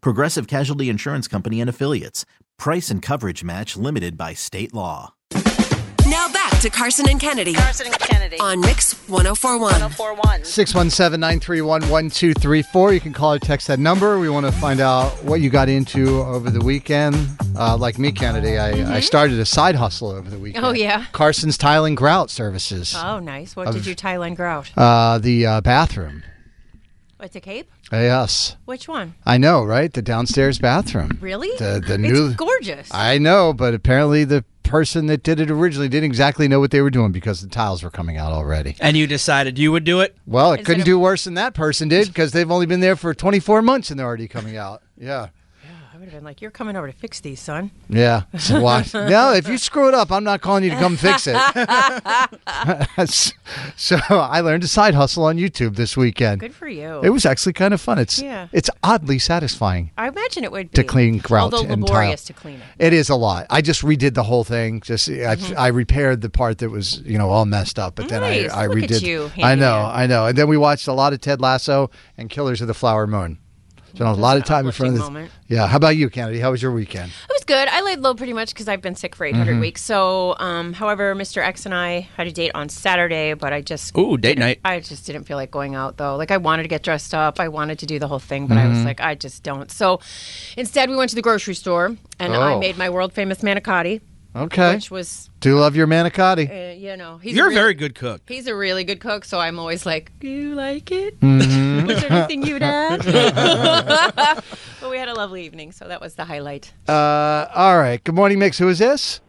Progressive Casualty Insurance Company and Affiliates. Price and coverage match limited by state law. Now back to Carson and Kennedy Carson and Kennedy. on Mix 1041. 1041. 617 931 1234. You can call or text that number. We want to find out what you got into over the weekend. Uh, like me, Kennedy, I, I started a side hustle over the weekend. Mm-hmm. Oh, yeah. Carson's Tile and Grout Services. Oh, nice. What did you tie and grout? Uh, the uh, bathroom. What's a cape? Uh, Yes. Which one? I know, right? The downstairs bathroom. Really? The, the it's new. gorgeous. I know, but apparently the person that did it originally didn't exactly know what they were doing because the tiles were coming out already. and you decided you would do it. Well, it couldn't do worse than that person did because they've only been there for 24 months and they're already coming out. Yeah. I would have been like, you're coming over to fix these, son. Yeah. So why? no, if you screw it up, I'm not calling you to come fix it. so I learned a side hustle on YouTube this weekend. Good for you. It was actually kind of fun. It's Yeah. it's oddly satisfying. I imagine it would be. To clean grout Although and tile. laborious to clean it. It is a lot. I just redid the whole thing. Just I, I repaired the part that was you know all messed up, but then Mm-hmm. Nice. I I Look at redid. you, I know, handyman. I know. And then we watched a lot of Ted Lasso and Killers of the Flower Moon. Spent a lot of an time in front of uplifting this. moment. Yeah. How about you, Kennedy? How was your weekend? It was good. I laid low pretty much because I've been sick for 800 Mm-hmm. weeks. So, um, however, Mr. X and I had a date on Saturday, but I just. Ooh, date night. I just didn't feel like going out though. Like I wanted to get dressed up, I wanted to do the whole thing, but I Mm-hmm. was like, I just don't. So instead, we went to the grocery store, and I Oh. made my world famous manicotti, Okay. which was, Do you love your manicotti? uh, you know, he's a You're a real- very good cook. He's a really good cook, so I'm always like, "Do you like it? Mm-hmm. Is there anything you'd add?" but we had a lovely evening, so that was the highlight. Uh, all right. Good morning, Mix. Who is this?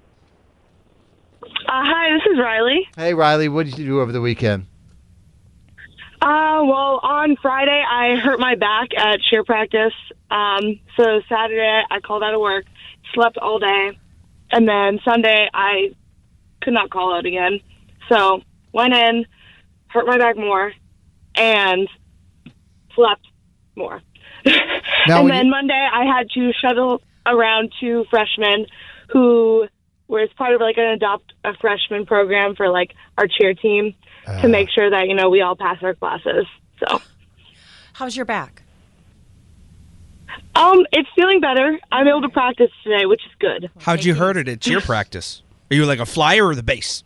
Uh, hi, this is Riley. Hey, Riley. What did you do over the weekend? Uh, well, on Friday, I hurt my back at cheer practice. Um, so Saturday, I called out of work, slept all day, and then Sunday, I could not call out again. So went in, hurt my back more, and slept more. Now, and when then you- Monday, I had to shuttle around two freshmen who were as part of like an adopt a freshman program for like our cheer team Uh. to make sure that you know we all pass our classes. So, How's your back? um, it's feeling better. I'm able to practice today, which is good. How'd you hurt it at cheer practice? Are you like a flyer or the base?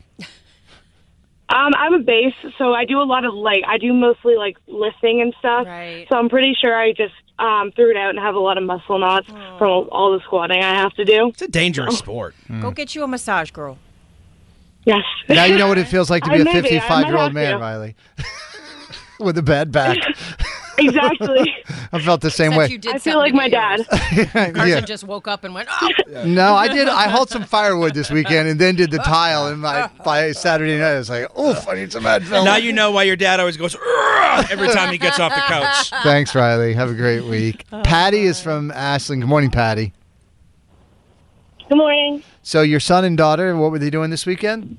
Um, I'm a bass, so I do a lot of like I do mostly like lifting and stuff. Right. So I'm pretty sure I just um, threw it out and have a lot of muscle knots from all the squatting I have to do. It's a Oh. dangerous sport. Mm. Go get you a massage, girl. Yes. Now you know what it feels like to I be a may be. I might 55 year old have man, to. Riley, with a bad back. exactly. I felt the same Except way. you did I feel like something to my yours. dad. Carson Yeah. just woke up and went, "Oh, No, I did. I hauled some firewood this weekend and then did the tile. And my by Saturday night, I was like, "Oof, I need some Advil." Now you know why your dad always goes "Urgh," every time he gets off the couch. Thanks, Riley. Have a great week. Patty is from Ashland. Good morning, Patty. Good morning. So your son and daughter, what were they doing this weekend?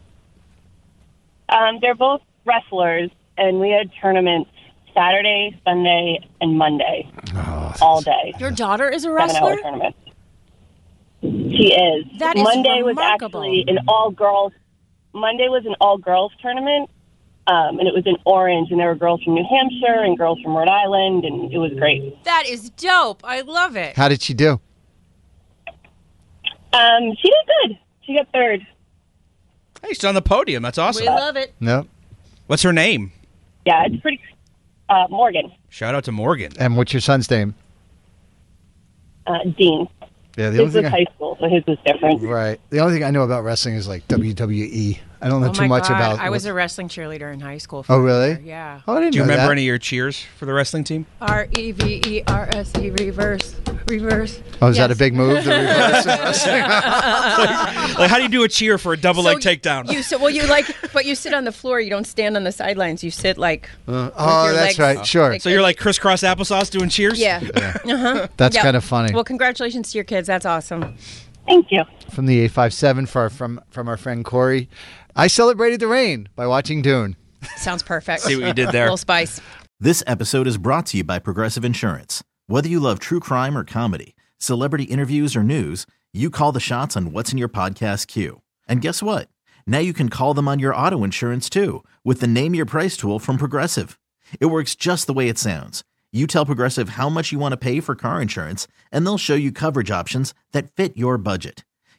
Um, they're both wrestlers, and we had tournaments Saturday, Sunday, and Monday, Oh. all day. your daughter is a Seven-hour wrestler." tournament. She is. That is Monday remarkable. was actually an all girls. Monday was an all girls tournament, um, and it was in Orange, and there were girls from New Hampshire and girls from Rhode Island, and it was great. That is dope. I love it. How did she do? Um, she did good. She got third. Hey, she's on the podium. That's We awesome. love it. No. What's her name? Yeah, it's pretty. Uh, Morgan, Shout out to Morgan. And what's your son's name? uh, Dean. Yeah, the His only was thing I, high school, so his was different. right. The only thing I know about wrestling is like WWE. I don't know oh too my much God. about. I was a wrestling cheerleader in high school. Oh, for a really? year. Yeah. Oh, I didn't Do you know remember that. any of your cheers for the wrestling team? R E V E R S E reverse reverse. Oh, is that a Yes. big move? The reverse in wrestling? Like, how do you do a cheer for a double leg you- takedown? You sit well. You like, but you sit on the floor. You don't stand on the sidelines. You sit like. with oh, your that's legs. right. Sure. so you're like crisscross applesauce doing cheers? Yeah. That's Yep. kind of funny. Well, congratulations to your kids. That's awesome. Thank you. from the 857 for our, from from our friend Corey. I celebrated the rain by watching Dune. Sounds perfect. See what you did there. Little spice. This episode is brought to you by Progressive Insurance. Whether you love true crime or comedy, celebrity interviews or news, you call the shots on what's in your podcast queue. And guess what? Now you can call them on your auto insurance too with the Name Your Price tool from Progressive. It works just the way it sounds. You tell Progressive how much you want to pay for car insurance, and they'll show you coverage options that fit your budget.